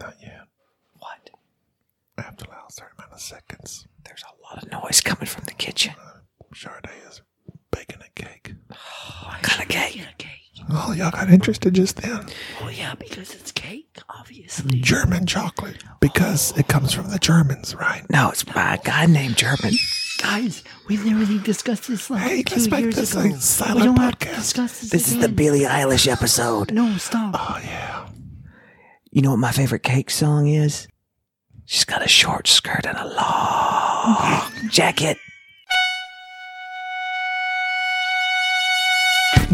Not yet. What? I have to allow a certain amount of seconds. There's a lot of noise coming from the kitchen. Sade is baking a cake. What kind of cake? cake. Oh, y'all got interested just then. Well, yeah, because it's cake, obviously. German chocolate. Because it comes from the Germans, right? No, it's by a guy named German. Guys, we literally discussed this like Hey, 2 let's make years this ago. a silent we don't have to podcast. discuss this. This is the again. Billie Eilish episode. No, stop. Oh, yeah. You know what my favorite cake song is? She's got a short skirt and a long jacket.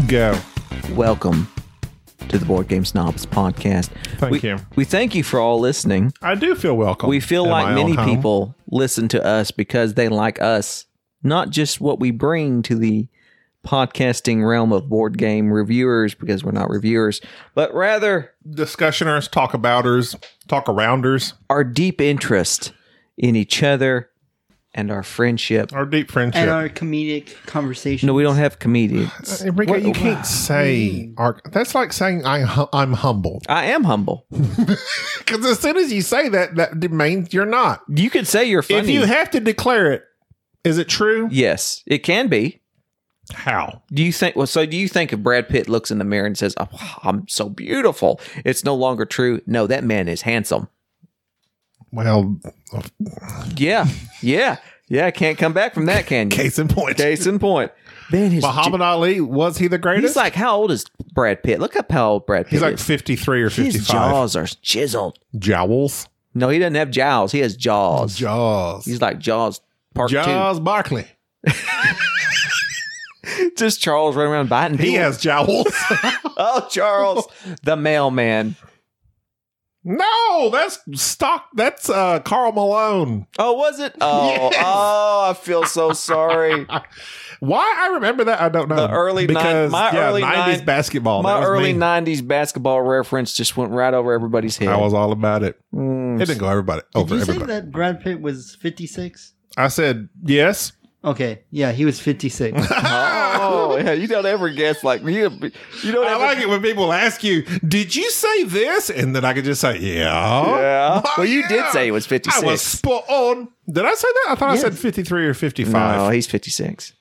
Go. Welcome to the Board Game Snobs podcast. Thank we, you. Oh, We thank you for all listening. I do feel welcome. We feel in like my many own home. people listen to us because they like us, not just what we bring to the podcasting realm of board game reviewers, because we're not reviewers, but rather Discussioners, talk abouters, talk arounders, our deep interest in each other and our friendship. our deep friendship. and our comedic conversation. No, we don't have comedians. Enrico, you can't say our, that's like saying I, hu- I'm humble I am humble. because as soon as you say that, that means you're not. You could say you're funny. If you have to declare it, is it true? yes, it can be. How? Do you think? Well, so do you think if Brad Pitt looks in the mirror and says, oh, "I'm so beautiful," it's no longer true? No, that man is handsome. Well, Yeah, yeah, yeah. Can't come back from that, can you? case in point. Case in point. Man, his Muhammad Ali was he the greatest? he's like, how old is Brad Pitt? Look up how old Brad Pitt He's like is. 53 or 55. His jaws are chiseled. Jowls. No, he doesn't have jowls. He has Oh, jaws. Jaws. He's like Jaws Part Jaws Barkley. Two. Just Charles running around biting He people. has jowls. Oh, Charles, the mailman. no, that's stock. That's uh, Carl Malone. Oh, was it? Oh, Yes. oh, I feel so sorry. Why I remember that, I don't know. The early nin- because, my yeah, early 90s nin- basketball. Oh, that My was early me. '90s basketball reference just went right over everybody's head. I was all about it. Mm. It didn't go everybody Did over you say everybody. that Brad Pitt was 56? I said yes. Okay, yeah, he was 56. Oh, yeah, you don't ever guess like me. You don't I ever like it when people ask you, "Did you say this?" And then I could just say, "Yeah." Yeah. Oh, well, you yeah. did say it was 56. I was spot on. Did I say that? I thought I said Yes. 53 or no, 55. he's 56.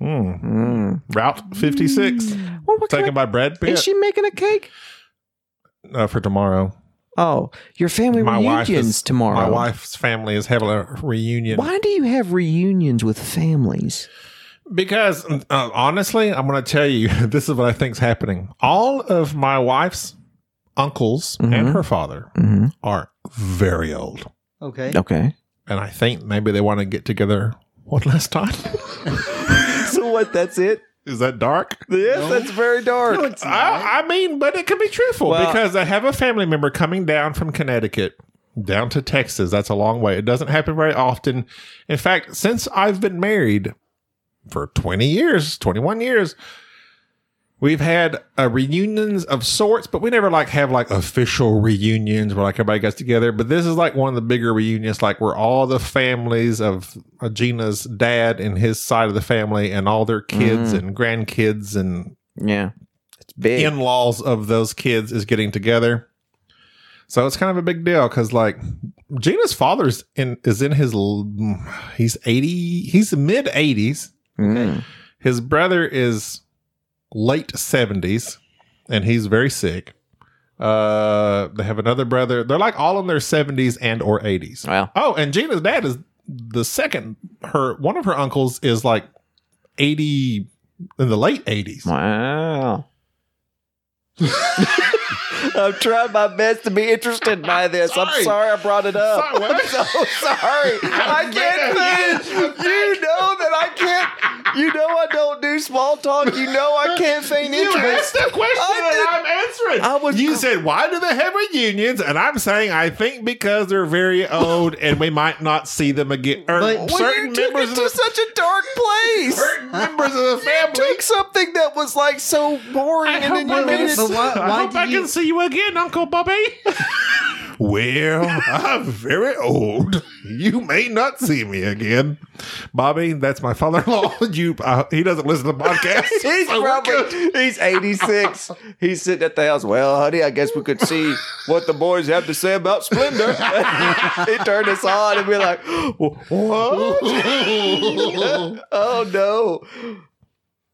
Mm. Mm. Route 56. Well, what Taken kind by Brad of, Pitt is she making a cake? uh, for tomorrow. Oh, your family reunions is, tomorrow. My wife's family is having a reunion. Why do you have reunions with families? Because uh, honestly, I'm going to tell you this is what I think's happening. All of my wife's uncles and Mhm. her father Mm-hmm. are very old. Okay. Okay. And I think maybe they want to get together one last time. so what? That's it. Is that dark? Yes, that's very dark. No, it's not. I, I mean, but it can be truthful Well- because I have a family member coming down from Connecticut down to Texas. That's a long way. It doesn't happen very often. In fact, since I've been married for 20 years, 21 years, we've had uh, reunions of sorts, but we never like have like official reunions where like everybody gets together. But this is like one of the bigger reunions, like where all the families of uh, Gina's dad and his side of the family and all their kids and grandkids and yeah, it's big. in laws of those kids is getting together. So it's kind of a big deal because like Gina's father's in is in his l- he's eighty he's mid eighties. Mm. His brother is late seventies, and he's very sick. Uh, they have another brother. They're like all in their seventies and or eighties. Well, Oh, and Gina's dad is the second. Her one of her uncles is like eighty in the late eighties. wow. I'm trying my best to be interested by this. Sorry. I'm sorry I brought it up. Sorry, what? I'm so sorry. I can't finish. You know that I can't. You know I don't do small talk. You know I can't feign You asked interest. the question I and I'm answering. I was- you said, why do they have reunions? And I'm saying, I think because they're very old and we might not see them again. Or But- Well, certain you took members it of to the, such a dark place. certain members of the family. Took something that was like so boring, I and then hope I you made can- it. But why, I why hope I did can you, see you again, Uncle Bobby. Well, I'm very old. You may not see me again. Bobby, that's my father in law. You, uh, He doesn't listen to the podcast. He's so we're good. probably he's 86. He's sitting at the house. Well, honey, I guess we could see what the boys have to say about Splendor. he turned us on and be like, Oh, what? oh no.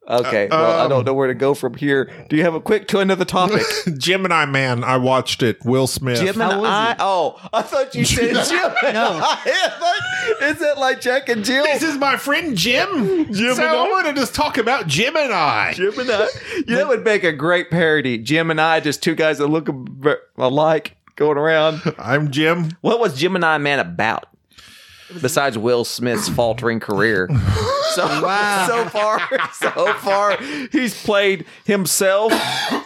Okay, well, I Um, don't know where to go from here. Do you have a quick to another topic? Gemini Man, I watched it. Will Smith. Jim How and was I. it? Oh, I thought you said Jim. and No. I. Is it like Jack and Jill? this is my friend Jim. Jim so I want to just talk about Gemini. Jim and I. You know, it would make a great parody. Jim and I, just two guys that look ab- alike going around. I'm Jim. What was Gemini Man about? Besides Will Smith's faltering career, so so far, so far, he's played himself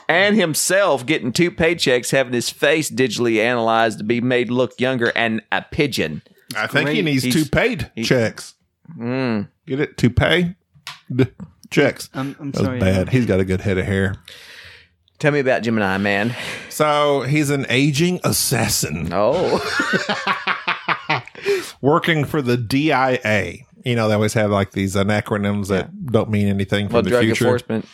and himself, getting two paychecks, having his face digitally analyzed to be made look younger, and a pigeon. I think he Great. needs He's- two paid he- checks. Get it? Two pay D- checks. I'm, I'm That was sorry. bad. He's got a good head of hair. Tell me about Gemini Man. So he's an aging assassin Oh, working for the DIA. You know, they always have like these anacronyms that don't mean anything for well, the drug future. enforcement,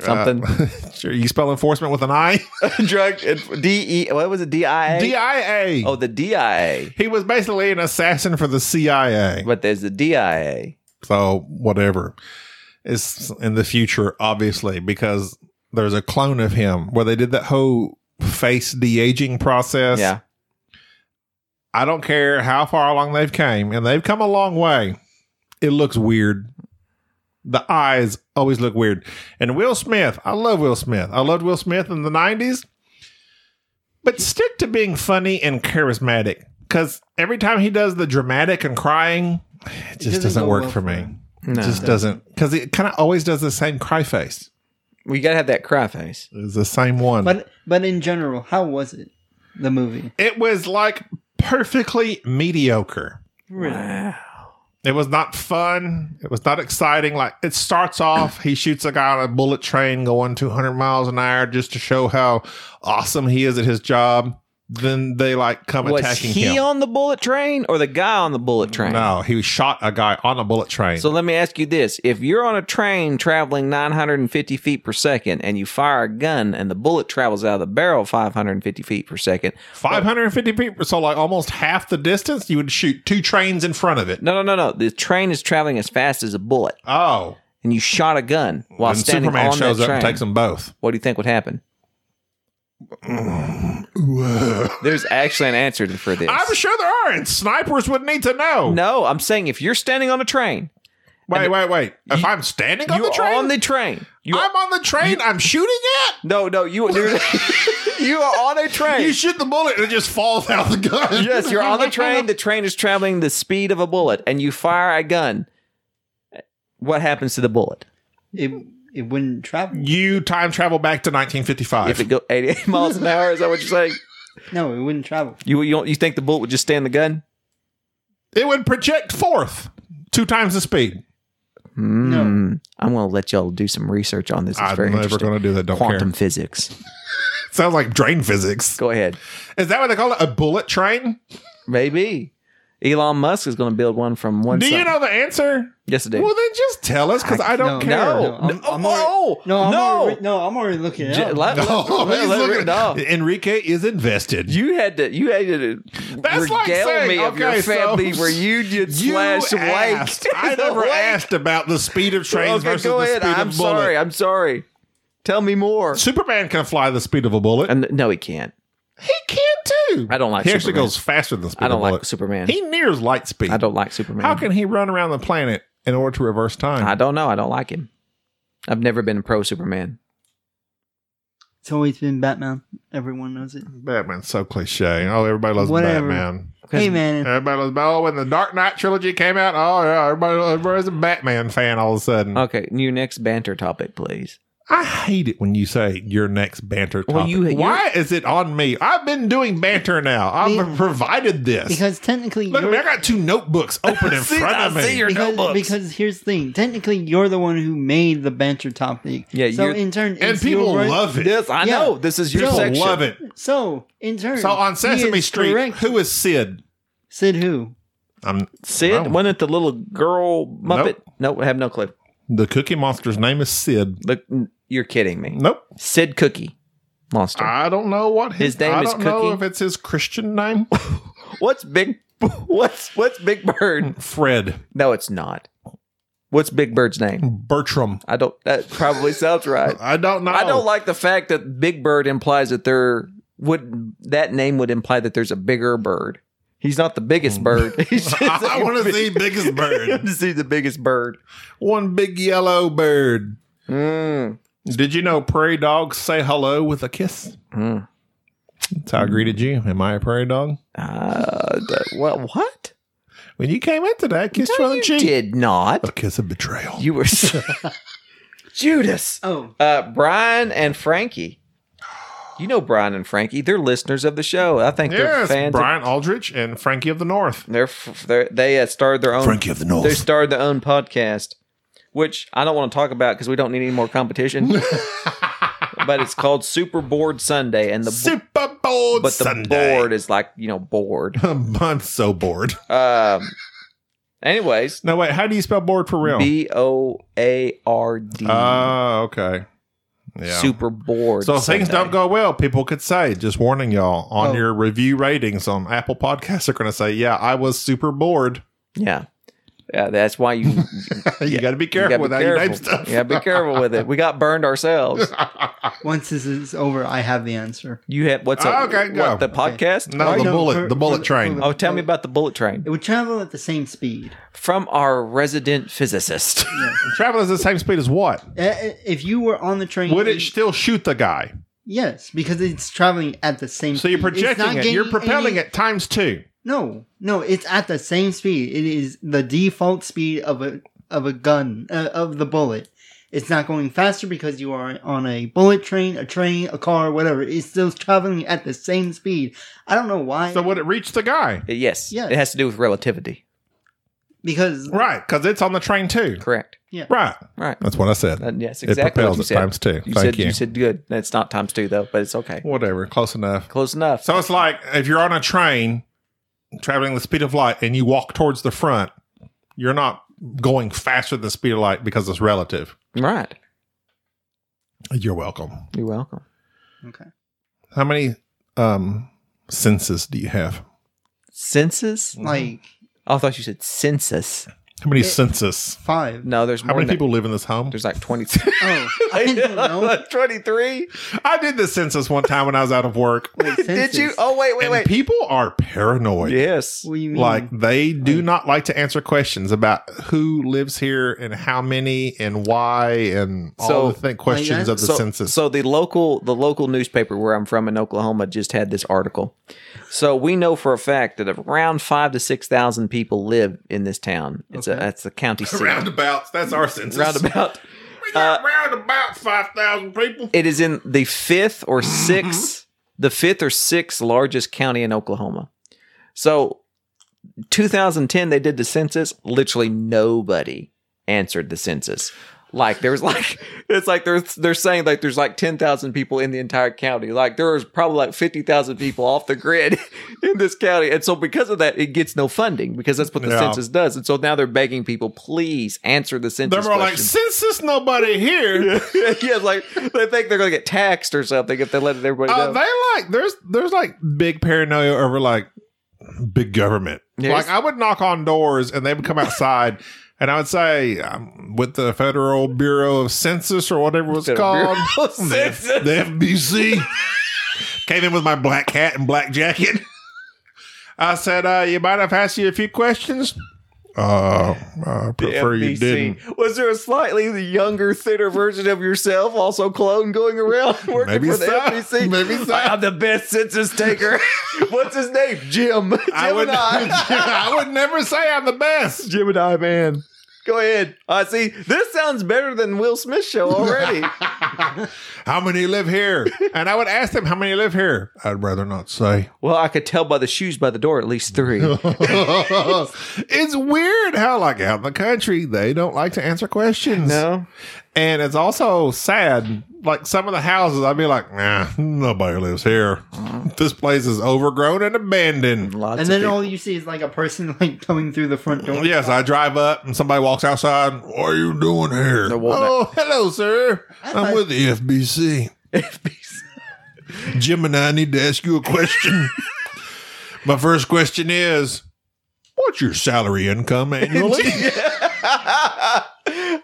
something. Sure, you spell enforcement with an I? drug enf- D E. What was it? Uh. D I A. DIA. Oh, the DIA. He was basically an assassin for the CIA. But there's the DIA. So whatever. It's in the future, obviously, because there's a clone of him where they did that whole face de aging process. Yeah. I don't care how far along they've came, and they've come a long way. It looks weird. The eyes always look weird. And Will Smith, I love Will Smith. I loved Will Smith in the nineties. But stick to being funny and charismatic. Cause every time he does the dramatic and crying, it just doesn't doesn't, go work well for for me. him. No. It just doesn't because it kind of always does the same cry face. we gotta have that cry face. It's the same one. But but in general, how was it? The movie. it was like perfectly mediocre. Really? Ah, It was not fun. It was not exciting. Like it starts off, he shoots a guy on a bullet train going 200 miles an hour just to show how awesome he is at his job. Then they like come Was attacking he him. on the bullet train or the guy on the bullet train? no, he shot a guy on a bullet train. So let me ask you this: If you're on a train traveling 950 feet per second and you fire a gun and the bullet travels out of the barrel 550 feet per second, 550 people, so like almost half the distance. You would shoot two trains in front of it. no, no, no, no, the train is traveling as fast as a bullet, Oh, and you shot a gun while and standing Superman on shows that up train. and takes them both. What do you think would happen? There's actually an answer for this. I'm sure there aren't. Snipers would need to know. no, I'm saying if you're standing on a train, Wait, wait, wait. If I'm standing on you're the train, on the train. You I'm on the train. I'm shooting at. No, no, you dude, you are on a train. You shoot the bullet and it just falls out of the gun. yes, you're on the train. The train is traveling the speed of a bullet, and you fire a gun. What happens to the bullet It it wouldn't travel. You time travel back to if 1955. it go 88 miles an hour? Is that what you're saying? No, it wouldn't travel. You you don't, you think the bullet would just stay in the gun? It would project forth two times the speed. No. Hmm. I'm going to let y'all do some research on this. It's very I'm never interesting. going to do that. Don't Quantum care. physics. Sounds like drain physics. Go ahead. Is that what they call it? A bullet train? Maybe Elon Musk is going to build one from one. Do you side. know the answer? Yes, I do. Well, then just tell us because I, don't no, care. no, No, I'm- oh, I'm already- oh, No, I'm no. Already, no, I'm already looking at J- it. up. let- No, let- he's let- looking- no. Enrique is invested. You had to. You had to That's like regale saying, me of okay, your so family reunion slash asked. wake. I never Wake. asked about the speed of trains Okay, versus go the ahead. speed I'm of bullet. sorry. I'm sorry. Tell me more. Superman can fly the speed of a bullet. And no, he can't. he can too. I don't like He actually Superman. goes faster than the speed. I don't of like bullet. Superman. He nears light speed. I don't like Superman. How can he run around the planet in order to reverse time? I don't know. I don't like him. I've never been pro Superman. It's always been Batman. Everyone knows it. Batman's so cliche. Oh, everybody loves Whatever. Batman. Hey man, Everybody loves. Oh, when the Dark Knight trilogy came out, oh yeah, everybody, everybody's a Batman fan all of a sudden. Okay, new next banter topic, please. I hate it when you say your next banter topic. Well, you- you're- Why is it on me? I've been doing banter now. I've Be- provided this. Because technically, Look at you're- me. I got two notebooks open in See, front I of me. see your because, notebooks. because here's the thing. Technically, you're the one who made the banter topic. Yeah, So you're- in turn, and it's your people right- love it. Yes, I Yeah. know. This is your people section. love it. So in turn, So on he Sesame is Street, correct. who is Sid? Um, Sid who? I'm Sid, Wow. wasn't it the little girl Muppet? Nope, I have no clue. the Cookie Monster's name is Sid. Look, n- you're kidding me. Nope. Sid Cookie Monster. I don't know what his, His name I is don't know Cookie? if it's his Christian name. what's Big? What's what's Big Bird? Fred No, it's not. What's Big Bird's name? Bertram. I don't. That probably sounds right. I don't know. I don't like the fact that Big Bird implies that there would that name would imply that there's a bigger bird. He's not the biggest bird. He's just Hmm. I a want to big- see biggest I want bird. to see the biggest bird. One big yellow bird. Mm. Did you know prairie dogs say hello with a kiss? Mm. That's how I greeted you. Am I a prairie dog? Uh, the- what? What? When you came in today, I kissed you No, on the you cheek. did not. A kiss of betrayal. You were s- Judas. Oh, Uh, Brian and Frankie. You know Brian and Frankie. They're listeners of the show. I think they're yes, fans. of- Brian Aldrich and Frankie of the North. they're, f- they're they uh, started their own. of the They started their own podcast, which I don't want to talk about because we don't need any more competition. but it's called Super Bored Sunday, and the bo- Super bored but the Sunday. board is like you know bored. I'm so bored. Um. Anyways, No, wait. How do you spell bored for real? B O A R D. Oh, okay. Yeah. Super bored. so if things Sunday. don't go well, people could say, just warning y'all, on Oh. your review ratings on Apple Podcasts are going to say, yeah, I was super bored. Yeah. Yeah, that's why you, you got to be you gotta careful with be how you name careful. stuff. Yeah, be careful with it. We got burned ourselves. once this is over, I have the answer. You had what's up? Ah, Okay, go. What, the podcast? No, Why the you- bullet- for- the bullet for- train. for the- oh, tell me about the bullet train It would travel at the same speed. from our resident physicist. Travel is the same speed as what? Uh, uh, If you were on the train, Would it you- still shoot the guy? yes, because it's traveling at the same. So you're speed. It's projecting not it. You're gaining propelling any- it times two. No, no, it's at the same speed. It is the default speed of a of a gun uh, of the bullet. It's not going faster because you are on a bullet train, a train, a car, whatever. It's still traveling at the same speed. I don't know why. So would it reach the guy? yes. Yes. It has to do with relativity. because Right, because it's on the train too. Correct. Right. Right. That's what I said. Uh, yes, exactly. propels what you it said. times two. You Thank said you. said good. That's not times two though, but it's okay. Whatever. Close enough. Close enough. So it's like if you're on a train traveling the speed of light and you walk towards the front, you're not going faster than the speed of light because it's relative. right. You're welcome. You're welcome. okay, How many um senses do you have? Census? Oh, like I thought you said census. How many It- senses? five. No, there's How more many than- people live in this home? There's like 22. Oh, I don't know. 23? I did the census one time when I was out of work. Wait, Did you? census. Oh, wait, wait, and wait. people are paranoid. Yes. What do you mean? Like they do not like to answer questions about who lives here and how many and why and all So- the th- questions yeah. of the census. So the local the local newspaper where I'm from in Oklahoma just had this article. So we know for a fact that around five to six thousand people live in this town. It's a Okay. that's the county seat. roundabouts, that's our census. Roundabout. We Uh, got round about five thousand people. It is in the fifth or Mm-hmm. sixth, the fifth or sixth largest county in Oklahoma. So, 2010, they did the census. Literally nobody answered the census. Like there was like it's like they're they're saying like there's like ten thousand people in the entire county. Like there was probably like fifty thousand people off the grid in this county, and so because of that, it gets no funding because that's what the Yeah. census does. And so now they're begging people, please answer the census. They're more like question." census nobody here. Uh, yeah, like they think they're gonna get taxed or something if they let everybody Uh, know. they like there's there's like big paranoia over like big government. Yes. Like I would knock on doors and they would come outside. And I would say, um, with the Federal Bureau of Census or whatever it was Federal called, Bureau of the, F- Census. the FBC, came in with my black hat and black jacket. I said, uh, "You might have asked you a few questions. Uh, I prefer you FBC. didn't. Was there a slightly younger, thinner version of yourself, also clone, going around working Maybe for the so. FBC? Maybe so. I, am the best census taker. What's his name? Jim. Jim I would, and I. I would never say I'm the best. Jim and I, man. Go ahead. I see. This sounds better than Will Smith show already. How many live here? And I would ask them how many live here. I'd rather not say. well, I could tell by the shoes by the door at least three. it's weird how, like, out in the country, they don't like to answer questions. no. And it's also sad. Like some of the houses, I'd be like, nah, nobody lives here. This place is overgrown and abandoned. Lots and then of all you see is like a person like coming through the front door. Yes, I drive up and somebody walks outside. What are you doing here? The walnut. Oh, hello, sir. thought- I'm with the FBC. people- Jim and I need to ask you a question. My first question is What's your salary income annually?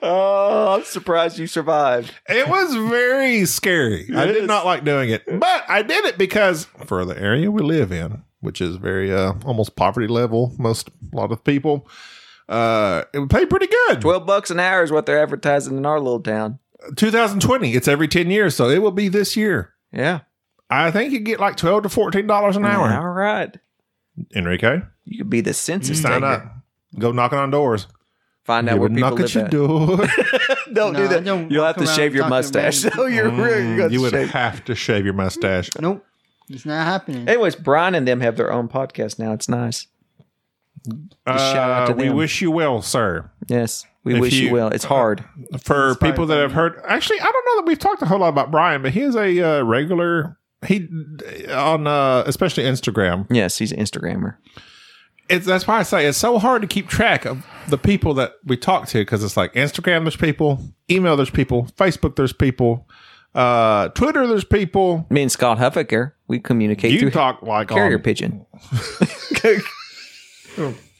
oh, I'm surprised you survived. it was very scary. I It did is. not like doing it, but I did it because for the area we live in, which is very uh, almost poverty level, most a lot of people, uh, it would pay pretty good. Twelve bucks an hour is what they're advertising in our little town. 2020, it's every 10 years, so it will be this year. Yeah. I think you get like 12 to $14 an hour. All right. Enrique, You could be the census sign taker. up. Go knocking on doors. Find out They where would people knock live at your at. door. don't No, do I that. don't You'll have to walk shave around your talking to mustache. random So you're really Mm, you're gonna you would shave. have to shave your mustache. Nope, it's not happening. Anyways, Brian and them have their own podcast now. It's nice. Just shout out to Uh, we them. wish you well, sir. Yes, we If wish you, you- well. It's hard. For Inspired people that by have me. heard, actually, I don't know that we've talked a whole lot about Brian, but he is a uh, regular. He on uh, especially Instagram. Yes, he's an Instagrammer. It's that's why I say it's so hard to keep track of the people that we talk to because it's like Instagram, there's people, email, there's people, Facebook, there's people, uh, Twitter, there's people. Me and Scott Huffaker, we communicate You through talk like carrier on- pigeon.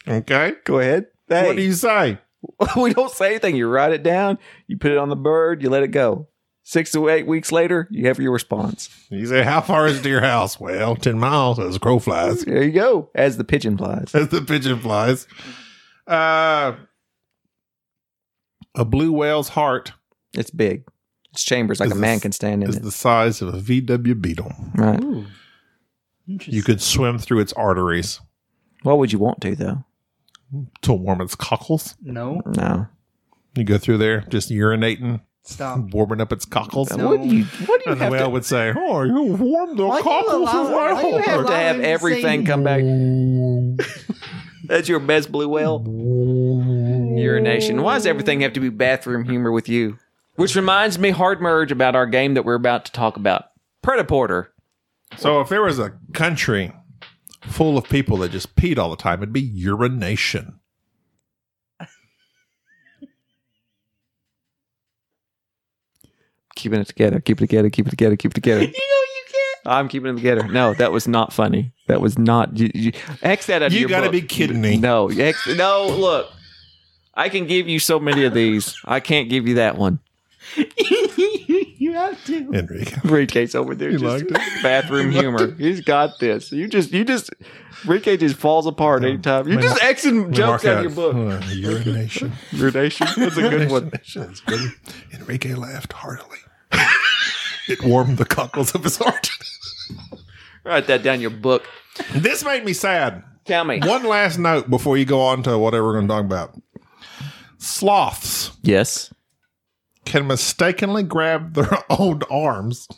Okay, Go ahead. Hey, what do you say? we don't say anything. You write it down. You put it on the bird. You let it go. Six to eight weeks later, you have your response. You say, "How far is it to your house?" Well, ten miles as a crow flies. There you go. As the pigeon flies. as the pigeon flies. Uh, a blue whale's heart It's big. It's chambers like Is a man this- can stand in is it. the size of a VW Beetle. right. Ooh, interesting. You could swim through its arteries Why would you want to though? to warm its cockles. no No. You go through there just urinating, stop. warming up its cockles. No. What do you? What do you And the have whale to? would say, "Oh, you warmed the Why do you cockles allow- of why do you my have heart." to have Allowing the everything same- come back. That's your best blue whale. urination. Why does everything have to be bathroom humor with you? Which reminds me, hard merge about our game that we're about to talk about, Predaporter. So, if there was a country full of people that just peed all the time, it'd be urination. Keeping it together, keep it together, keep it together, keep it together. You know you can't. I'm keeping it together. No, that was not funny. That was not. You, you, X that out of You your gotta book. be kidding me. No, X, no. Look, I can give you so many of these. I can't give you that one. you have to. Enrique, Ricky's over there. You just liked it? Bathroom humor. He's got this. You just, you just, Ricky just falls apart anytime. You Man, just Xing jokes Mark out out. of your book. Uh, urination. Your nation. That's a good one. That's good. Enrique laughed heartily. it warmed the cockles of his heart. Write that down in your book. this made me sad. Tell me. One last note before you go on to whatever we're going to talk about. Sloths Yes. can mistakenly grab their own arms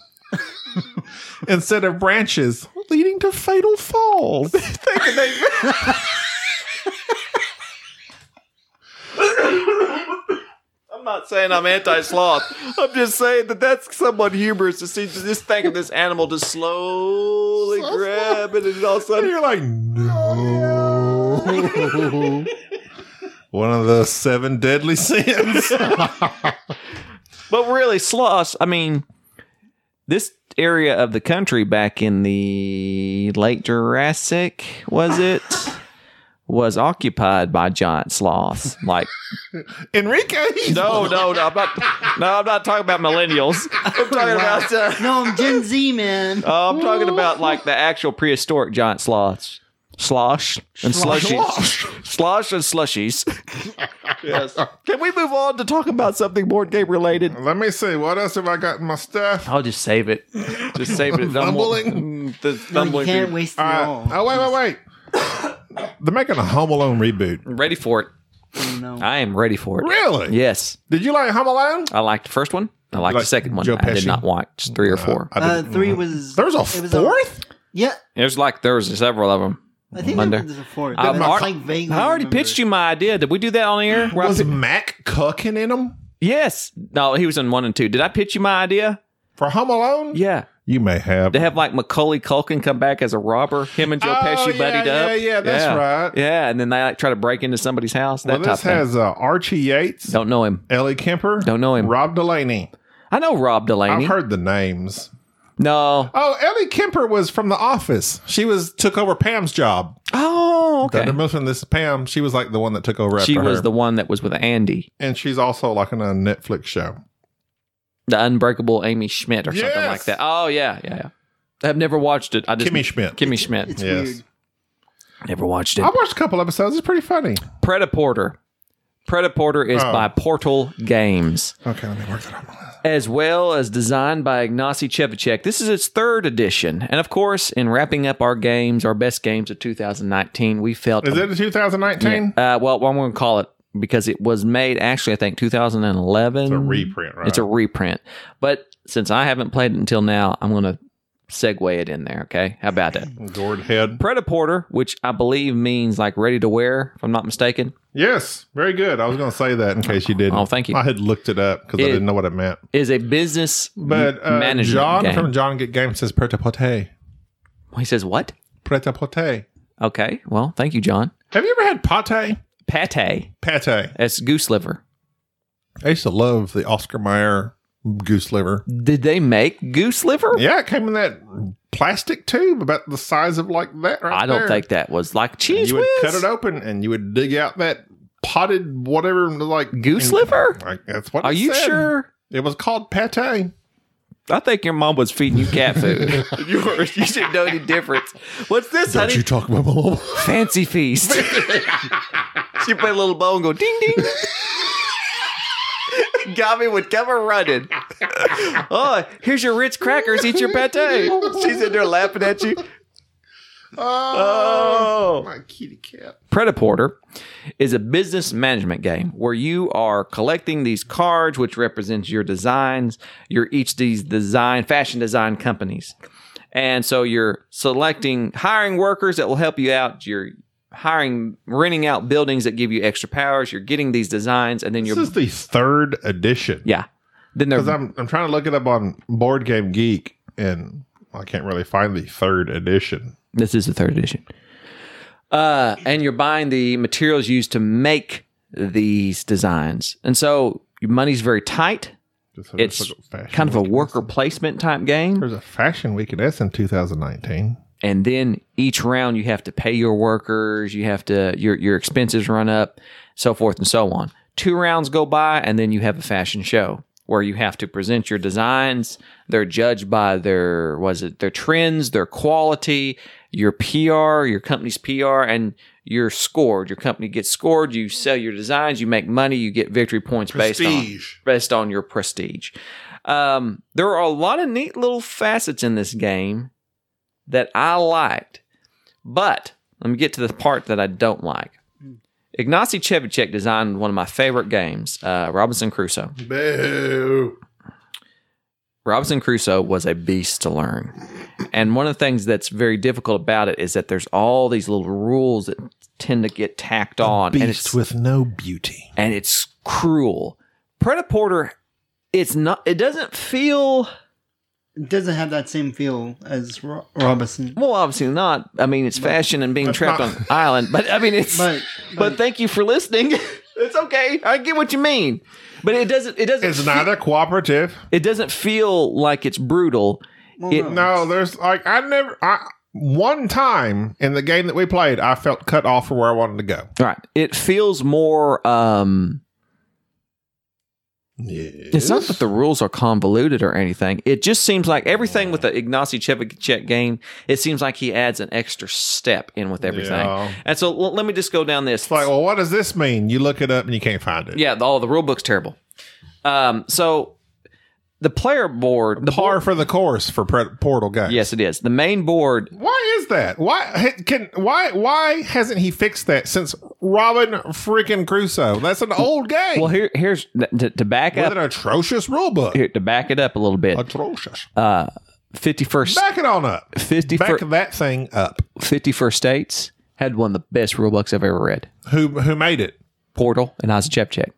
instead of branches, leading to fatal falls. I'm not saying I'm anti sloth. I'm just saying that that's somewhat humorous to see. Just think of this animal just slowly grabbing it, and all of a And sudden, you're like, no. One of the seven deadly sins. But really, sloths, I mean, this area of the country back in the late Jurassic, was it? Was occupied by giant sloths. Like, Enrique, he's no, no, no. I'm not, no, I'm not talking about millennials. I'm talking about. Uh, No, I'm Gen Z man. Oh, I'm talking about like the actual prehistoric giant sloths. Slosh and slushies. Slosh and slushies. yes. Can we move on to talk about something board game related? Let me see. What else have I got in my stuff? I'll just save it. Just save it. Fumbling? Mm, The No, you fumbling. can't through- waste it Uh, all. oh, wait, wait, wait. They're making a Home Alone reboot. Ready for it. don't know. I am ready for it. Really? Yes. Did you like Home Alone? I liked the first one. I liked Like the second one. Joe I did Pesci? not watch three or four. I uh, didn't- Mm. three was There's a it was fourth? yeah, There's like there was several of them. I think Monday. there was a fourth. I've but it's already- like vaguely I already remembered. pitched you my idea. Did we do that on the air? Where I Was pi- Mac cooking in them yes. No, he was in one and two. Did I pitch you my idea? for Home Alone? Yeah. You may have. They have like Macaulay Culkin come back as a robber. Him and Joe Oh, Pesci yeah, buddied up. yeah, yeah, that's right. Yeah, and then they like try to break into somebody's house. That well, this type of thing. has uh, Archie Yates, Don't know him. Ellie Kemper, Don't know him. Rob Delaney. I know Rob Delaney. I've heard the names. no. Oh, Ellie Kemper was from The Office. She was took over Pam's job. Oh, okay. Dr. Middleton, this is Pam. She was like the one that took over. After She was her. the one that was with Andy, and she's also like on a Netflix show. the Unbreakable Amy Schmidt, or something Yes. like that. Oh yeah, yeah, yeah. I've never watched it. I just Kimmy Schmidt. Kimmy Schmidt. It's Yes. weird. Never watched it. I watched a couple episodes. It's pretty funny. Predaporter. Predaporter is Oh. by Portal Games, Okay, let me work that on my list. as well as designed by Ignacy Chevicek. This is its third edition. And of course, in wrapping up our games, our best games of 2019, we felt. Is it a 2019? Uh, well, I'm going to call it because it was made actually, I think, 2011. It's a reprint, right? It's a reprint. But since I haven't played it until now, I'm going to segue it in there. Okay. How about that? gourd head. Predaporter, which I believe means like ready to wear, if I'm not mistaken. Yes, very good. I was going to say that in case you didn't. Oh, thank you. I had looked it up because I It- didn't know what it meant. is a business But m- uh, management John game. from John Get Game says prêt à porter. he says what? Prêt à porter. Okay, well, thank you, John. Have you ever had pate? Pate Pate. as goose liver. I used to love the Oscar Mayer goose liver. Did they make goose liver? Yeah, it came in that plastic tube about the size of like that. Right I don't there. think that was like cheese you would whiz. cut it open and you would dig out that potted whatever like Goose and- liver? Like, that's what. Are it you said. sure? It was called pate. I think your mom was feeding you cat food. you, were- you should know any difference. What's this, honey? talk about my mom? Fancy feast. she put a little bow and go ding ding. Gabby would come a running. oh, here's your Ritz crackers. Eat your pate. She's in there laughing at you. Oh, my kitty cat. Predaporter is a business management game where you are collecting these cards, which represents your designs, your each these design fashion design companies, and so you're selecting hiring workers that will help you out. You're hiring, renting out buildings that give you extra powers. You're getting these designs, and then This you're is the third edition. yeah. Then because they're I'm I'm trying to look it up on Board Game Geek and I can't really find the third edition. this is the third edition, uh, and you're buying the materials used to make these designs, and so your money's very tight. Just- It's just look at Fashion kind of a Week. worker placement type game. There's a Fashion Week in Essen 2019. And then each round you have to pay your workers, you have to your your expenses run up, so forth and so on. Two rounds go by and then you have a fashion show where you have to present your designs. They're judged by their was it their trends, their quality, your PR, your company's PR, and you're scored. Your company gets scored, you sell your designs, you make money, you get victory points based on based on your prestige. Um, there are a lot of neat little facets in this game that I liked, but let me get to the part that I don't like. Ignacy Chevicek designed one of my favorite games, uh, Robinson Crusoe. Boo. Robinson Crusoe was a beast to learn. And one of the things that's very difficult about it is that there's all these little rules that tend to get tacked on. and it's, with no beauty. and it's cruel. Predaporter, it's not. It doesn't feel It doesn't have that same feel as Ro- Robinson, well. Obviously not. I mean, it's fashion and being trapped on an island. But I mean, it's. But, but but, thank you for listening. it's okay. I get what you mean. But it doesn't. It doesn't. It's not a cooperative. It doesn't feel like it's brutal. well, it- No, there's like I never. I one time in the game that we played, I felt cut off from where I wanted to go. All right. It feels more. um Yeah, It's not that the rules are convoluted or anything. It just seems like everything with the Ignacy Chevicek game, it seems like he adds an extra step in with everything. Yeah. And so l- let me just go down this. It's like, well, what does this mean? You look it up and you can't find it. Yeah, the, all the rule book's terrible. Um, so the player board, the Par board, for the course for pre- Portal guys. yes, it is the main board. Why is that? Why can why why hasn't he fixed that since Robin freaking Crusoe? That's an old game Well, here, here's to, to back with up an atrocious rule book. here, to back it up a little bit. Atrocious. Uh, Fifty first, Back it on up. fifty Back first, that thing up. fifty first states had one of the best rule books I've ever read. Who who made it? Portal and Isaac Chepchak.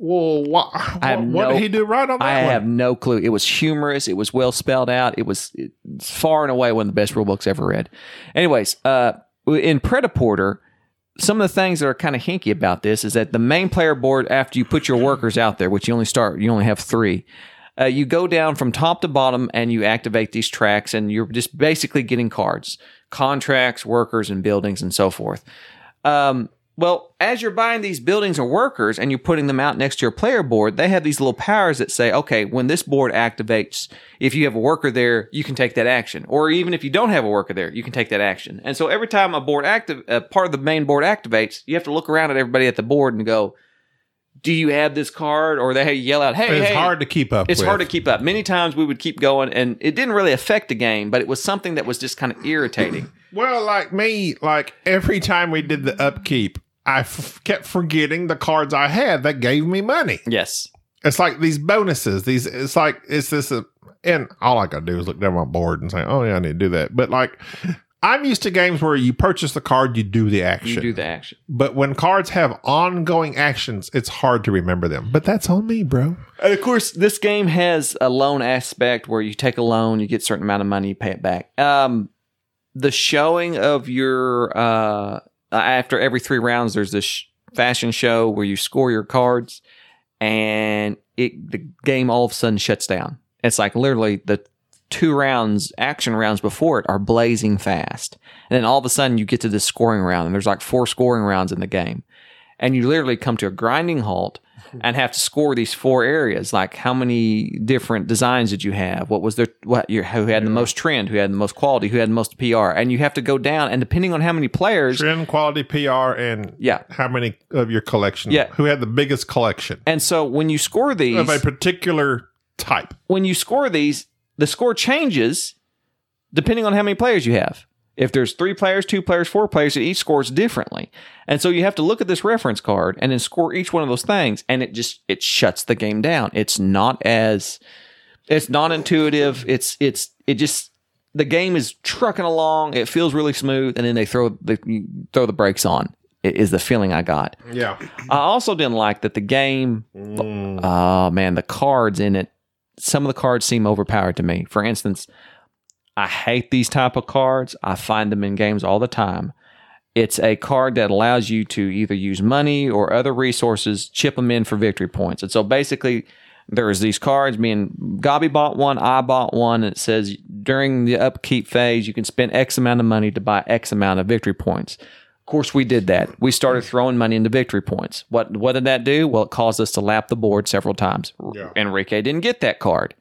Well, why, have what, what no- did he do right on that I one? have no clue. It was humorous. It was well spelled out. It was it's far and away one of the best rule books ever read. Anyways, uh, in Predaporter, some of the things that are kind of hinky about this is that the main player board, after you put your workers out there, which you only start, you only have three. Uh, you go down from top to bottom and you activate these tracks, and you're just basically getting cards, contracts, workers, and buildings, and so forth. Um, well, as you're buying these buildings or workers and you're putting them out next to your player board, they have these little powers that say, okay, when this board activates, if you have a worker there, you can take that action. Or even if you don't have a worker there, you can take that action. And so every time a board active, a part of the main board activates, you have to look around at everybody at the board and go, do you have this card? Or they yell out, hey, It's hey, hard to keep up. it's with. hard to keep up. Many times we would keep going, and it didn't really affect the game, but it was something that was just kind of irritating. Well, like me, like every time we did the upkeep, I f- kept forgetting the cards I had that gave me money. yes. It's like these bonuses. These it's like it's this, uh, and all I gotta do is look down my board and say, "Oh yeah, I need to do that." But like, I'm used to games where you purchase the card, you do the action. You do the action. But when cards have ongoing actions, it's hard to remember them. But that's on me, bro. And of course, this game has a loan aspect where you take a loan, you get a certain amount of money, you pay it back. Um, the showing of your uh, after every three rounds, there's this sh- fashion show where you score your cards, and it the game all of a sudden shuts down. It's like literally the two rounds, action rounds before it are blazing fast, and then all of a sudden you get to this scoring round, and there's like four scoring rounds in the game, and you literally come to a grinding halt and have to score these four areas. Like how many different designs did you have? What was their what your who had the most trend, who had the most quality, who had the most PR? And you have to go down and depending on how many players Trend, quality, PR, and Yeah. how many of your collection? Yeah. who had the biggest collection And so when you score these of a particular type? when you score these, the score changes depending on how many players you have. If there's three players, two players, four players, it each scores differently. And so you have to look at this reference card and then score each one of those things, and it just it shuts the game down. It's not as it's not intuitive. It's it's it just the game is trucking along. It feels really smooth, and then they throw the you throw the brakes on. i- Is the feeling I got. Yeah, I also didn't like that the game Mm. Oh man, the cards in it. Some of the cards seem overpowered to me. For instance, I hate these type of cards. I find them in games all the time. It's a card that allows you to either use money or other resources, chip them in for victory points. And so basically, there's these cards. Me and Gobby bought one. I bought one. And it says during the upkeep phase, you can spend X amount of money to buy X amount of victory points. Of course, we did that. We started throwing money into victory points. What what did that do? Well, it caused us to lap the board several times. Yeah. Enrique didn't get that card.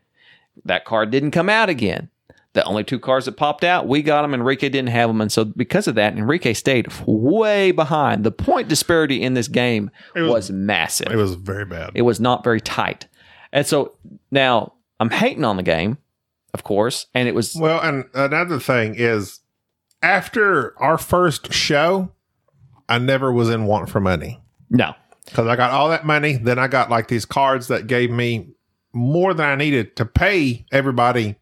That card didn't come out again. The only two cards that popped out, we got them. Enrique didn't have them, and so because of that, Enrique stayed way behind. The point disparity in this game was- was, massive. it was very bad. It was not very tight. And so now I'm hating on the game, of course, and it was Well, and another thing is, after our first show, I never was in want for money no. because I got all that money. Then I got like these cards that gave me more than I needed to pay everybody.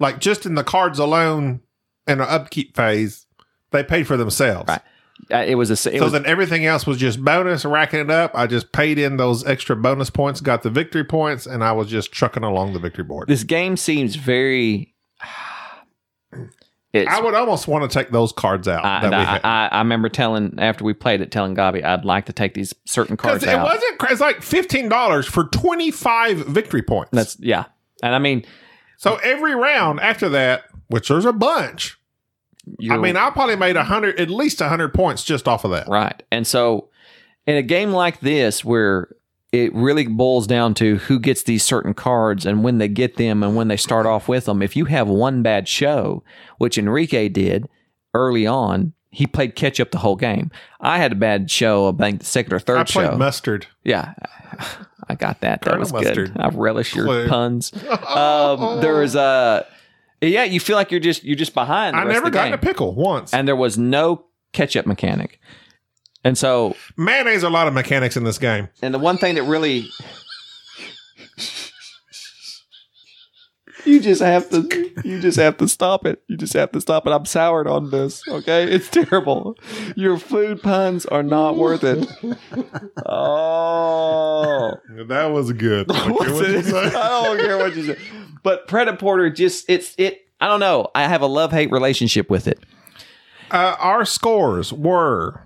Like just in the cards alone in the upkeep phase, they paid for themselves. Right. Uh, It was a it So was, then everything else was just bonus, racking it up. I just paid in those extra bonus points, got the victory points, and I was just trucking along the victory board. this game seems very it's I would almost want to take those cards out I, that we I, had. I, I remember telling after we played it, telling Gabi I'd like to take these certain Because cards it out. wasn't cra- it's like fifteen dollars for twenty five victory points. That's yeah, and I mean, so every round after that, which there's a bunch. I you're- mean, I probably made a hundred, at least a hundred points just off of that. Right. And so in a game like this where it really boils down to who gets these certain cards and when they get them and when they start off with them. If you have one bad show, which Enrique did early on, he played catch up the whole game. I had a bad show, I think the second or I third played show. mustard. yeah. I got that. That Colonel was Mustard. good. I relish your Clue. puns. Um, there was a yeah. You feel like you're just you're just behind. The I rest never of the got in game. a pickle once. and there was no catch up mechanic. And so, Mayonnaise, a lot of mechanics in this game. and the one thing that really you just have to you just have to stop it. You just have to stop it. I'm soured on this. Okay, it's terrible. Your food puns are not worth it. Oh. That was good. Like, What's what you it? say? I don't care what you say. But Predator Porter just it's it I don't know. I have a love hate relationship with it. Uh, our scores were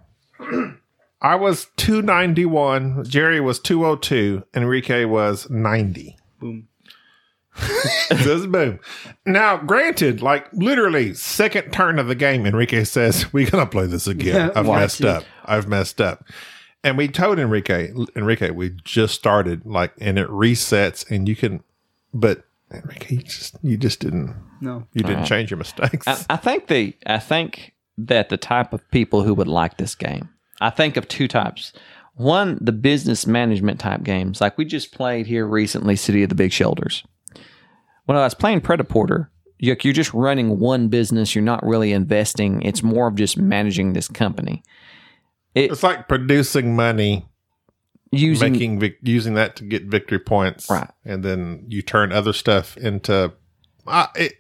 I was 291, Jerry was 202, Enrique was 90. Boom. Just boom. Now, granted, like literally second turn of the game, Enrique says, We're going to play this again. Yeah, I've why messed to? up. I've messed up. And we told Enrique, Enrique, we just started, like, and it resets, and you can, but Enrique, you just, you just didn't, No. you didn't change your mistakes. Uh, I, I think the I think that the type of people who would like this game. I think of two types. One, the business management type games, like we just played here recently, City of the Big Shoulders. When I was playing Predator Porter, you're you're just running one business. You're not really investing. It's more of just managing this company. it's like producing money Using making vic- using that to get victory points, Right. And then you turn other stuff into. Uh, it,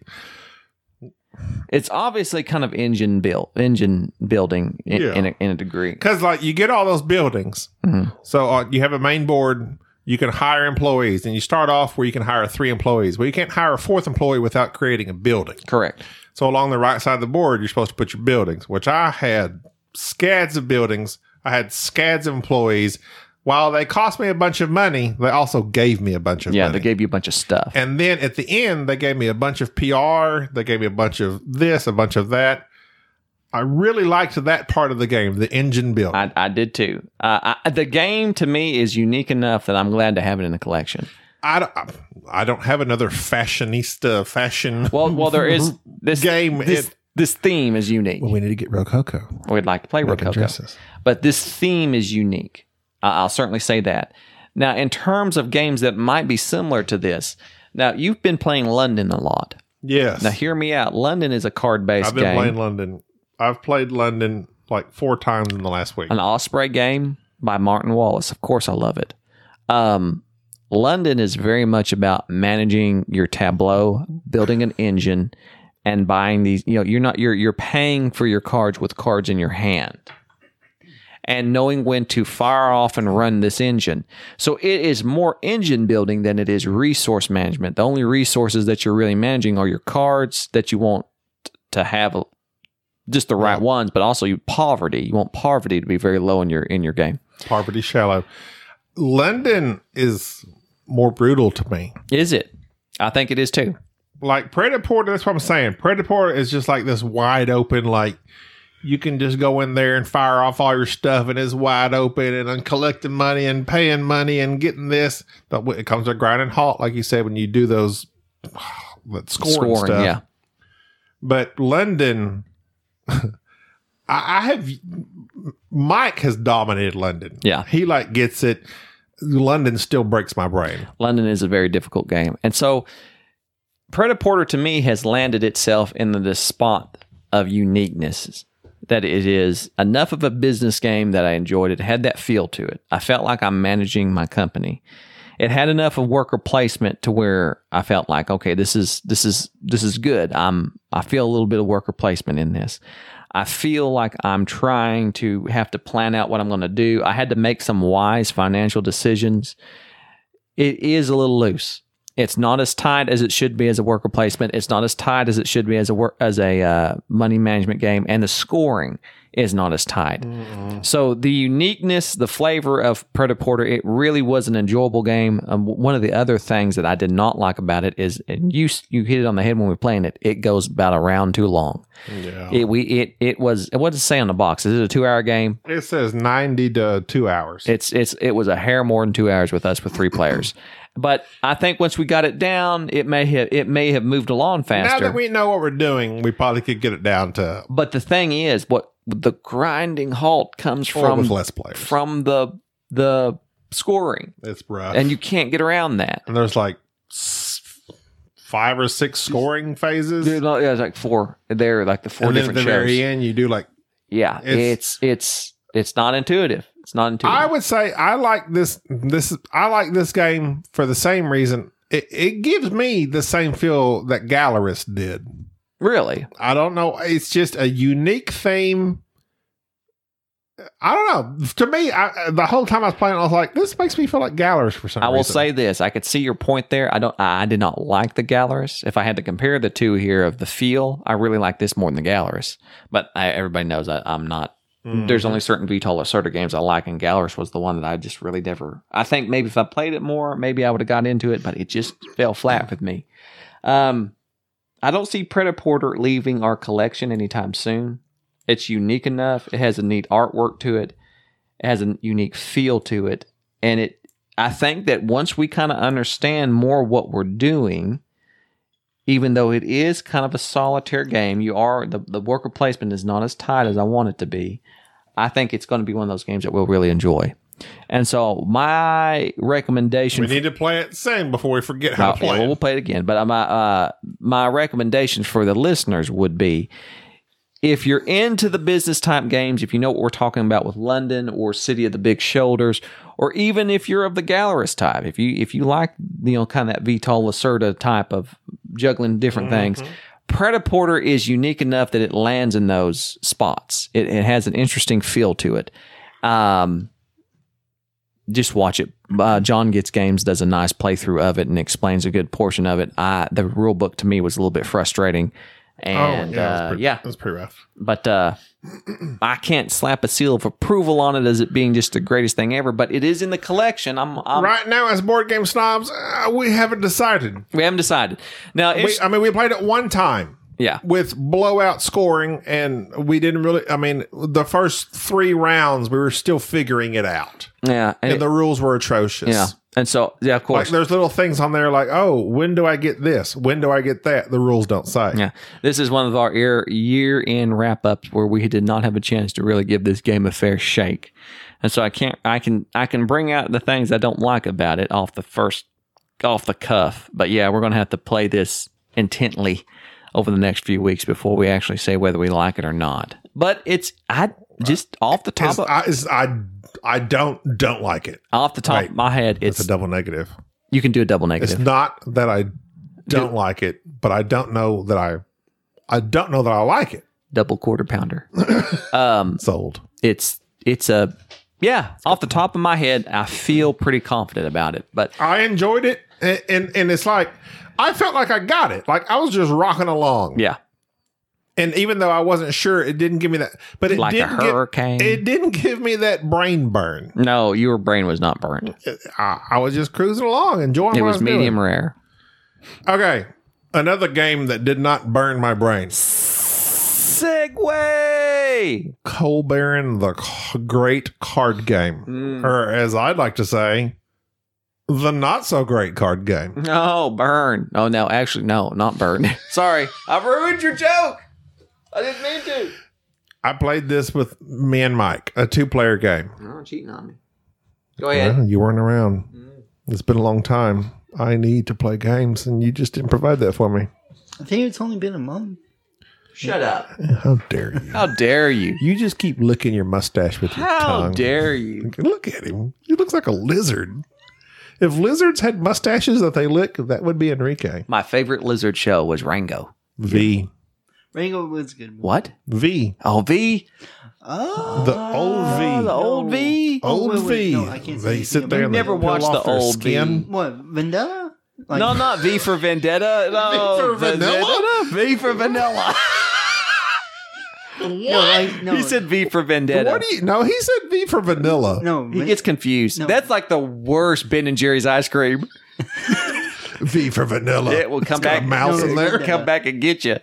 it's obviously kind of engine build, engine building in, Yeah. in, a, in a degree. Because like you get all those buildings, Mhm. so uh, you have a main board. You can hire employees, and you start off where you can hire three employees. Well, you can't hire a fourth employee without creating a building. Correct. So along the right side of the board, you're supposed to put your buildings. Which I had scads of buildings. I had scads of employees. While they cost me a bunch of money, they also gave me a bunch of Yeah, money. they gave you a bunch of stuff. And then at the end, they gave me a bunch of PR. They gave me a bunch of this, a bunch of that. I really liked that part of the game, the engine build. I, I did too. Uh, I, the game to me is unique enough that I'm glad to have it in the collection. I, don't- I, don't have another fashionista fashion. Well, well, there is this Game, This, it- this theme is unique. we need to get Rococo. We'd like to play Rococo, but this theme is unique. I I'll certainly say that. Now, in terms of games that might be similar to this, now you've been playing London a lot. Yes. Now, hear me out. London is a card-based I've been game. playing London. I've played London like four times in the last week. an Osprey game by Martin Wallace. Of course, I love it. Um, London is very much about managing your tableau, building an engine, and buying these. You know, you're not you're you're paying for your cards with cards in your hand, and knowing when to fire off and run this engine. So it is more engine building than it is resource management. The only resources that you're really managing are your cards that you want to have just the right ones, but also you poverty. You want poverty to be very low in your in your game. Poverty Shallow. London is more brutal to me. Is it? I think it is too. like Predator Porter, that's what I'm saying. Predator Porter is just like this wide open, like you can just go in there and fire off all your stuff and it's wide open and I'm collecting money and paying money and getting this. But when it comes to grind and halt, like you said, when you do those that scoring, stuff. yeah. But London I, I have Mike has dominated London. Yeah. He like gets it. London still breaks my brain. London is a very difficult game. And so Predator Porter to me has landed itself in the spot of uniqueness that it is enough of a business game that I enjoyed it. It had that feel to it. I felt like I'm managing my company. It had enough of worker placement to where I felt like, okay, this is this is this is good. I'm I feel a little bit of worker placement in this. I feel like I'm trying to have to plan out what I'm going to do. I had to make some wise financial decisions it is a little loose. It's not as tight as it should be as a worker placement. It's not as tight as it should be as a work as a uh, money management game, and the scoring is not as tight. So the uniqueness, the flavor of Predator Porter, it really was an enjoyable game. Um, one of the other things that I did not like about it is, and you s- you hit it on the head when we were playing it. It goes about a round too long. Yeah. It we it it was what does it say on the box? Is it a two hour game? It says 90 to two hours. It's it's it was a hair more than two hours with us with three players, but I think once we got it down, it may have it may have moved along Now faster. that we know what we're doing, we probably could get it down to but the thing is, what the grinding halt comes four from with less players. from the the scoring, It's rough. and you can't get around that. and there's like s- five or six scoring phases. There's like- there's like four. They're like the four and then at different the shows. very end, you do like. Yeah, It's- it's, it's it's not intuitive. It's not intuitive. I would say I like this. This I like this game for the same reason. It, it gives me the same feel that Galarus did. really, I don't know. It's just a unique theme. I don't know. To me, I, the whole time I was playing, I was like, "This makes me feel like Gallerus for some I will reason." say this: I could see your point there. I don't. I did not like the Galaris. If I had to compare the two here of the feel, I really like this more than the Galaris. But I, everybody knows I, I'm not. Mhm. There's only certain VTOL asserter games I like, and Galaris was the one that I just really never. I think maybe if I played it more, maybe I would have got into it, but it just fell flat with me. Um, I don't see Predaporter leaving our collection anytime soon. It's unique enough. It has a neat artwork to it. It has a unique feel to it, and it. I think that once we kind of understand more what we're doing, even though it is kind of a solitaire game, you are the the worker placement is not as tight as I want it to be. I think it's going to be one of those games that we'll really enjoy. And so my recommendation we need to play it same before we forget how to Oh, yeah, play well, it. we'll play it again. But uh, my uh, my recommendations for the listeners would be if you're into the business type games, if you know what we're talking about with London or City of the Big Shoulders, or even if you're of the gallerist type, if you if you like you know kind of that Vital Lacerda type of juggling different things. Mm-hmm. Predaporter is unique enough that it lands in those spots. It, it has an interesting feel to it. Um, just watch it. Uh, John Gets Games does a nice playthrough of it and explains a good portion of it. I the rule book to me was a little bit frustrating, and Oh, it was uh, pretty, yeah, it was pretty rough. but uh, I can't slap a seal of approval on it as it being just the greatest thing ever. But it is in the collection. I'm, I'm right now, as board game snobs, uh, we haven't decided. we haven't decided now. We, It's, I mean, we played it one time yeah, with blowout scoring, and we didn't really. I mean, the first three rounds, we were still figuring it out, yeah, and and it- the rules were atrocious. yeah, and so yeah, of Like course. there's little things on there like, oh, when do I get this? When do I get that? The rules don't say. Yeah, this is one of our year year end wrap ups where we did not have a chance to really give this game a fair shake, and so I can't I can I can bring out the things I don't like about it off the first off the cuff, but yeah, we're gonna have to play this intently over the next few weeks before we actually say whether we like it or not. But it's I just off the top It's- of, I, it's- I I don't don't like it. off the top right. of my head, It's, it's a double negative. you can do a double It's negative. not that I don't like it, but I don't know that I I don't know that I like it. double quarter pounder. um, Sold. it's it's a yeah off the top of my head i feel pretty confident about it but I enjoyed it, and, and and it's like I felt like I got it. Like I was just rocking along. yeah And even though I wasn't sure, it didn't give me that. But it like a didn't hurricane Get, it didn't give me that brain burn. no your brain was not burned I, I was just cruising along, enjoying. it what I was doing. medium rare Okay. Another game that did not burn my brain. segway Coal Baron, the c- great card game. Hmm. Or as I'd like to say, the not so great card Hmm. game. no burn oh no actually no not burn sorry i've ruined your joke i didn't mean to I played this with me and Mike, a two player game. you're cheating on me go ahead Well, you weren't around. Hmm. It's been a long time. I need to play games, and you just didn't provide that for me. I think it's only been a month. shut up How dare you? how dare you You just keep licking your mustache with your how tongue. dare you Look at him. He looks like a lizard. If lizards had mustaches that they lick, that would be Enrique. my favorite lizard show was rango V. Rango was a good. One. what V. oh v Oh, The old Oh, V. the old v Oh, old wait, wait, V. no, I can't say they anything sit about there it. and Never they peel watched off the their old V. skin. What Vendetta? Like, no, not V for Vendetta. No, for Vanilla? Vendetta, V for Vanilla. no, like, no, he said V for Vendetta. What do you? No, he said V for vanilla. no. he Ven- gets confused. No. That's like the worst Ben and Jerry's ice cream. V for vanilla. It will come Uh, got back. a mouse in there. Come back and get you.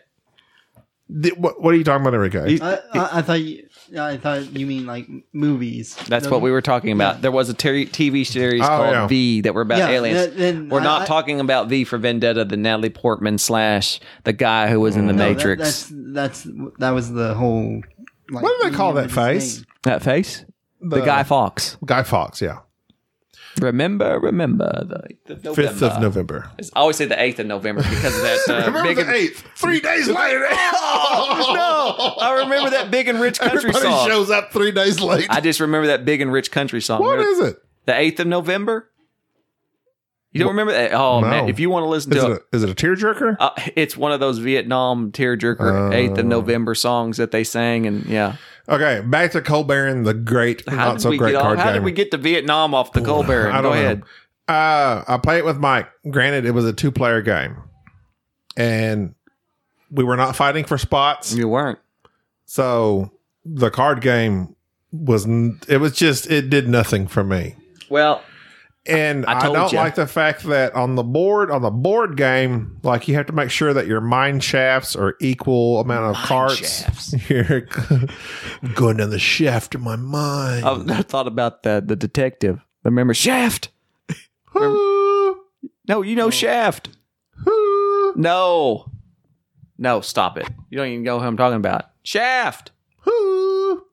Th- What, what are you talking about, Enrique? I, I, I thought you. I thought you mean like movies. That's what we were talking about. There was a ter- TV series Oh, called yeah. V that were about Yeah, aliens. th- then we're I- not I- talking about V for Vendetta, the Natalie Portman slash the guy who was in the Mm. No, that- Matrix. that's that's that was the whole. Like, What do they call that remember his face? name. that face, the, Guy Fox. Guy Fox, yeah. Remember, remember the, the November. Fifth of November. I always say the eighth of November because of that uh, Remember big. the And, eighth. Three days later. Oh, no, I remember that big and rich country Everybody song. shows up three days late. I just remember that big and rich country song. what Remember is it? the eighth of November? You don't remember that? Oh No. man, if you want to listen Is to it a, is it a tearjerker? Uh, it's one of those Vietnam tearjerker Oh. Eighth of November songs that they sang, and yeah. Okay, back to Colbert and the great, How not did so we great get off? card How did game. we get to Vietnam off the Colbert? I Go don't know. ahead. Uh, I play it with Mike. Granted, it was a two player game, and we were not fighting for spots. You weren't. So the card game was n- it was just it did nothing for me. Well, And I I, told don't ya. like the fact that on the board on the board game, like you have to make sure that your mine shafts are equal amount of carts. shafts. You're going down the shaft of my mind. I, I thought about the the detective. Remember Shaft? Hoo, No, you Oh. know Shaft. hoo, No, no, stop it. You don't even know who I'm talking about. Shaft. hoo.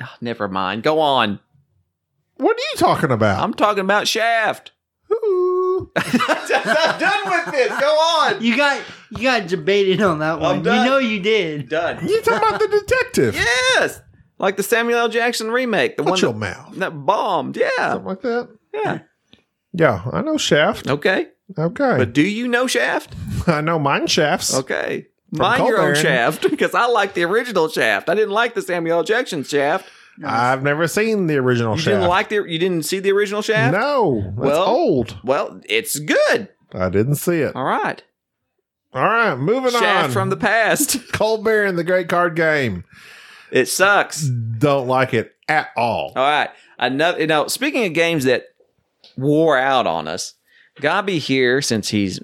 Ah, never mind. Go on. What are you talking about? I'm talking about Shaft. Hoo. I'm done with this. Go on. You got you got debated on that one. You done. know you did. Done. You talking about the detective? Yes, like the Samuel L. Jackson remake, the Watch your one mouth. that, that bombed. Yeah, Something like that. yeah. Yeah, I know Shaft. Okay, Okay, but do you know Shaft? I know mine shafts. Okay. Mind your own Colburn. shaft because I like the original shaft. I didn't like the Samuel L. Jackson shaft. I've never seen the original You Shaft. didn't like the you didn't see the original shaft? No, that's Well- old. Well, it's good. I didn't see it. All right. All right, moving shaft on. from the past. Colbert and the Great Card Game. It sucks. Don't like it at all. All right. Another you know, speaking of games that wore out on us, Gabi here, since he's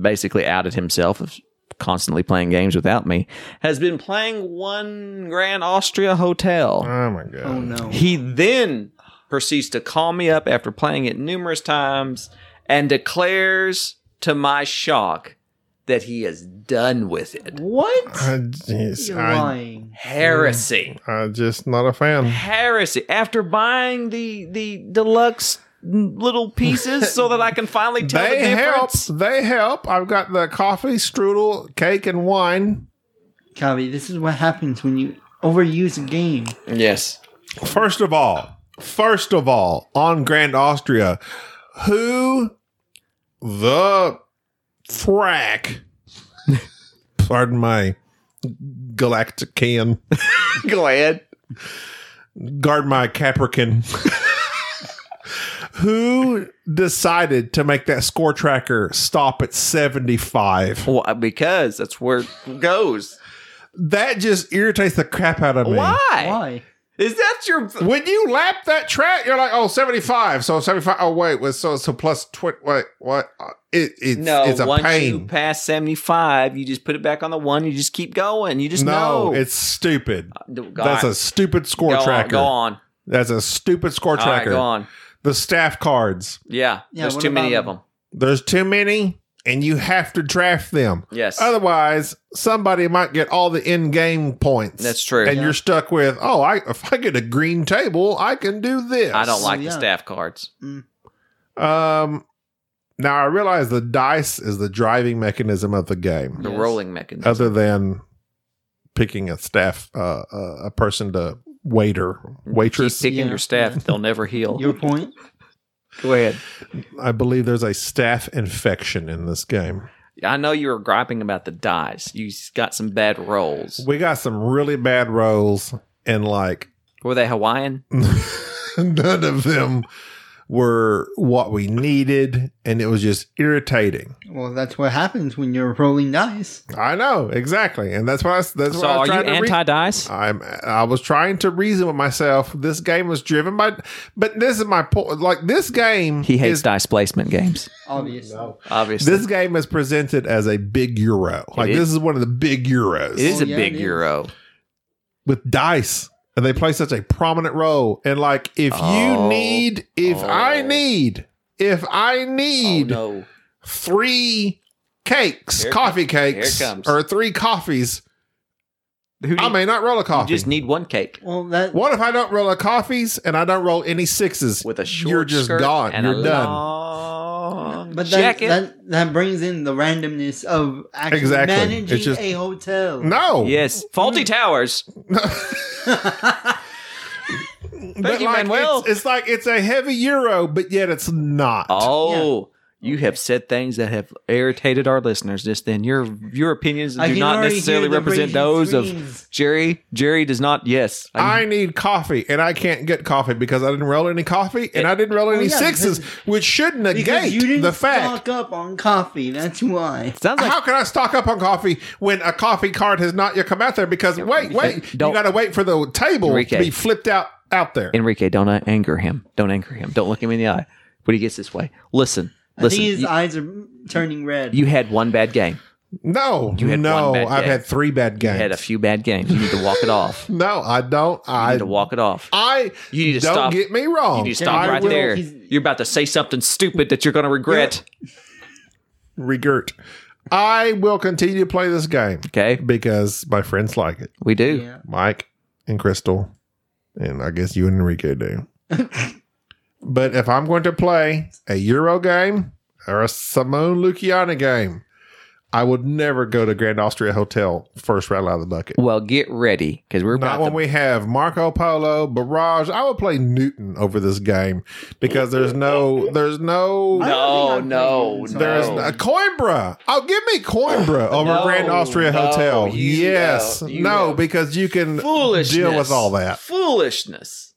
basically outed himself of constantly playing games without me, has been playing one Grand Austria Hotel. Oh my god. Oh no. He then proceeds to call me up after playing it numerous times and declares, to my shock, that he is done with it. What? I, just, You're I, lying. Heresy. I'm just not a fan. Heresy. After buying the the deluxe little pieces so that I can finally tell They the help. difference. They help. I've got the coffee, strudel, cake, and wine. Copy. This is what happens when you overuse a game. Yes. First of all, first of all, on Grand Austria, who the frack? Pardon my Galactican. Go ahead. Guard my Caprican. who decided to make that score tracker stop at 75? Well, because that's where it goes. That just irritates the crap out of me. Why? Why? Is that your When you lap that track, you're like, oh, 75. So 75. Oh, wait. wait, So, so plus 20. Wait, what? Uh, It, it's, No, it's a once you pain. pass 75, you just put it back on the one, you just keep going. You just no, know. it's stupid. Go That's on. a stupid score go tracker. On, go on. That's a stupid score All right, tracker. go on. the staff cards. Yeah. Yeah, there's what too many about- of them. There's too many, and you have to draft them. Yes. Otherwise, somebody might get all the in-game points. That's true. And you're stuck with, oh, I if I get a green table, I can do this. I don't like Oh, the yeah. staff cards. Um, now I realize the dice is the driving mechanism of the game, The Yes. rolling mechanism. other than picking a staff, uh, uh, a person to waiter, waitress. Keep picking Yeah. your staff, they'll never heal. Your point? Go ahead. I believe there's a staff infection in this game. I know you were griping about the dice. You s- got some bad rolls. We got some really bad rolls, and like Were they Hawaiian? none of them were what we needed and it was just irritating Well, that's what happens when you're rolling dice. i know exactly and that's why I, that's So what i are was you trying to re- anti dice? I'm, i was trying to reason with myself this game was driven by but this is my point like this game He hates is, dice placement games, Obviously. obviously. this game is presented as a big euro like is. this is one of the big euros it is Oh, a yeah, big it is. euro. with dice and they play such a prominent role and like if Oh. you need if i Oh. need if i Oh, need no. three cakes, Here it coffee comes. cakes, Here it comes. or three coffees. Who do I you, may not roll a you coffee. just need one cake Well, that what if I don't roll a coffees and I don't roll any sixes? with a short You're just skirt gone. and You're a done. long but that, jacket. that that brings in the randomness of actually Exactly. It's managing just- a hotel. No. yes, Hmm. faulty towers. But Thank you, like, Manuel. it's, it's like it's a heavy euro, but yet it's not. Oh, you have said things that have irritated our listeners. Just then, your your opinions I do can not already necessarily hear the represent raging those screams. of Jerry. Jerry does not. Yes, I, I need coffee, and I can't get coffee because I didn't roll any coffee, and I didn't roll any yeah, sixes, which should Because negate you didn't the fact. stock up on coffee. That's why. sounds like How can I stock up on coffee when a coffee card has not yet come out there? Because wait, wait, Don't- you got to wait for the table Enrique. to be flipped out out there. Enrique. Don't uh, anger him. Don't anger him. Don't look him in the eye when he gets this way. Listen, I think listen. his You, eyes are turning red. you had one bad game. No, You had no, one bad I've day. had three bad You games. had a few bad games. You need to walk it off. You no, I don't. I need to walk it off. I You need to don't stop. get me wrong. You need to stop I right will there. He's- You're about to say something stupid that you're going to regret. regurt. I will continue to play this game Okay, because my friends like it. we do. Yeah. Mike and Crystal, and I guess you and Enrique do. but if I'm going to play a Euro game or a Simone Luciana game, I would never go to Grand Austria Hotel first rattle out of the bucket. Well, get ready because we're Not about when to we have Marco Polo, Barrage. I would play Newton over this game because there's no, there's no, I don't think No, no, I've played Grand there's Austria. no, Coimbra. Oh, give me Coimbra over No, Grand Austria no, Hotel. you Yes, know, you no, know. because you can foolishness. deal with all that. Foolishness.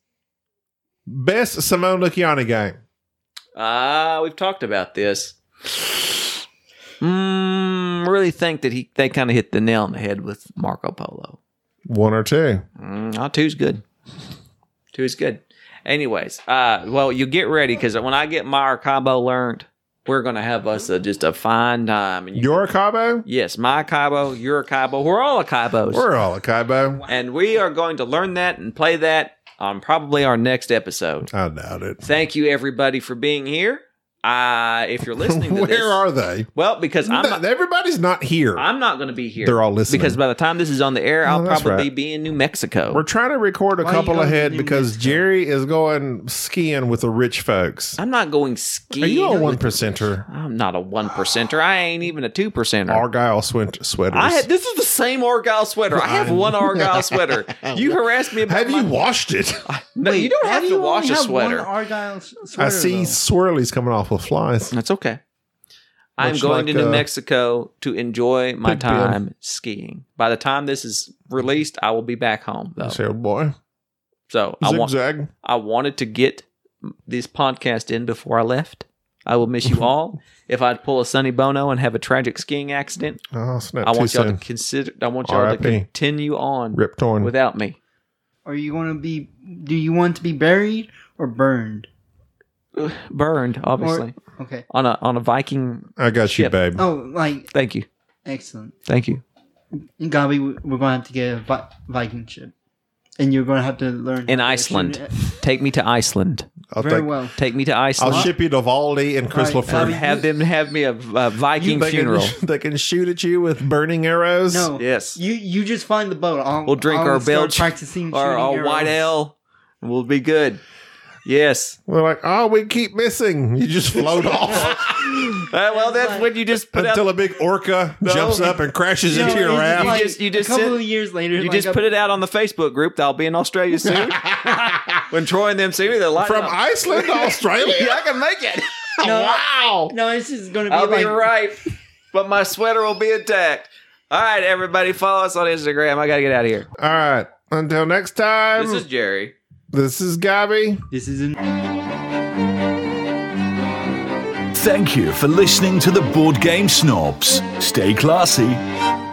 Best Simone Luciani game. Ah, we've talked about this. Mm, I really think that he they kind of hit the nail on the head with Marco Polo. One or two. Mm, uh, ah, two's good. Two is good. Anyways, uh, well, you get ready because when I get my Arcabo learned, we're gonna have us a, just a fine time. And you, You're a Cabo? yes, my Arcabo, your Arcabo, we're all Arcabos. We're all a Cabo. and we are going to learn that and play that on probably our next episode. I doubt it. Thank you everybody for being here. Uh, if you're listening to Where this, are they? well, because I'm No, not, everybody's not here. I'm not going to be here. They're all listening. because by the time this is on the air, I'll Oh, that's probably right. be in New Mexico. We're trying to record a Why you couple gotta ahead do because this, though? Jerry is going skiing with the rich folks. I'm not going Are skiing. you a one percenter? I'm not a one percenter. I ain't even a two percenter. Argyle swint- sweaters. I had this is the same Argyle sweater. I have one Argyle sweater. You harassed me about Have you my- washed it? No, you don't Wait, have why do to you wash only a have one sweater. Argyle s- I sweater, see though? swirlies coming off with flies. That's okay. I'm Much like, going to New uh, Mexico to enjoy my Pig Pen. time skiing. By the time this is released, I will be back home though. This old boy. So I want Zigzag. I wanted to get this podcast in before I left. I will miss you all. if I pull a Sonny Bono and have a tragic skiing accident, oh, snap. I too want y'all soon. to consider. I want y'all to RIP. continue on Rip torn. without me. Are you going to be? Do you want to be buried or burned? Burned, obviously, Okay. on a on a Viking. I got you, Yep. babe. Oh, like Thank you, excellent. thank you. Gabi, we- we're going to have to get a vi- Viking ship, and you're going to have to learn In how to Iceland. shoot it. Take me to Iceland. I'll Very take. well. Take me to I'll Iceland. ship you to Valdi and Crystal All right, Fruit. Bobby, have them have me a, a Viking they Um, funeral. Can, they can shoot at you with burning arrows. No. Yes, You you just find the boat. I'll, we'll drink I'll our start belch practicing or shooting our white arrows. ale. We'll be good. Yes. We're like, oh, we keep missing. You just float off Uh, well, that's when you just put until out, a big orca jumps up and crashes No, into your it's raft. like just- you just a couple sit- of years later. you like just a- put it out on the Facebook group. that I'll be in Australia soon. when Troy and them see me, they're like, From Iceland to Australia? yeah, I can make it. No. wow, No, this is going to be I'll like be right, but my sweater will be intact. All right, everybody, follow us on Instagram. I gotta get out of here. All right. Until next time, This is Jerry. this is Gabby. this is an Thank you for listening to the Board Game Snobs. Stay classy.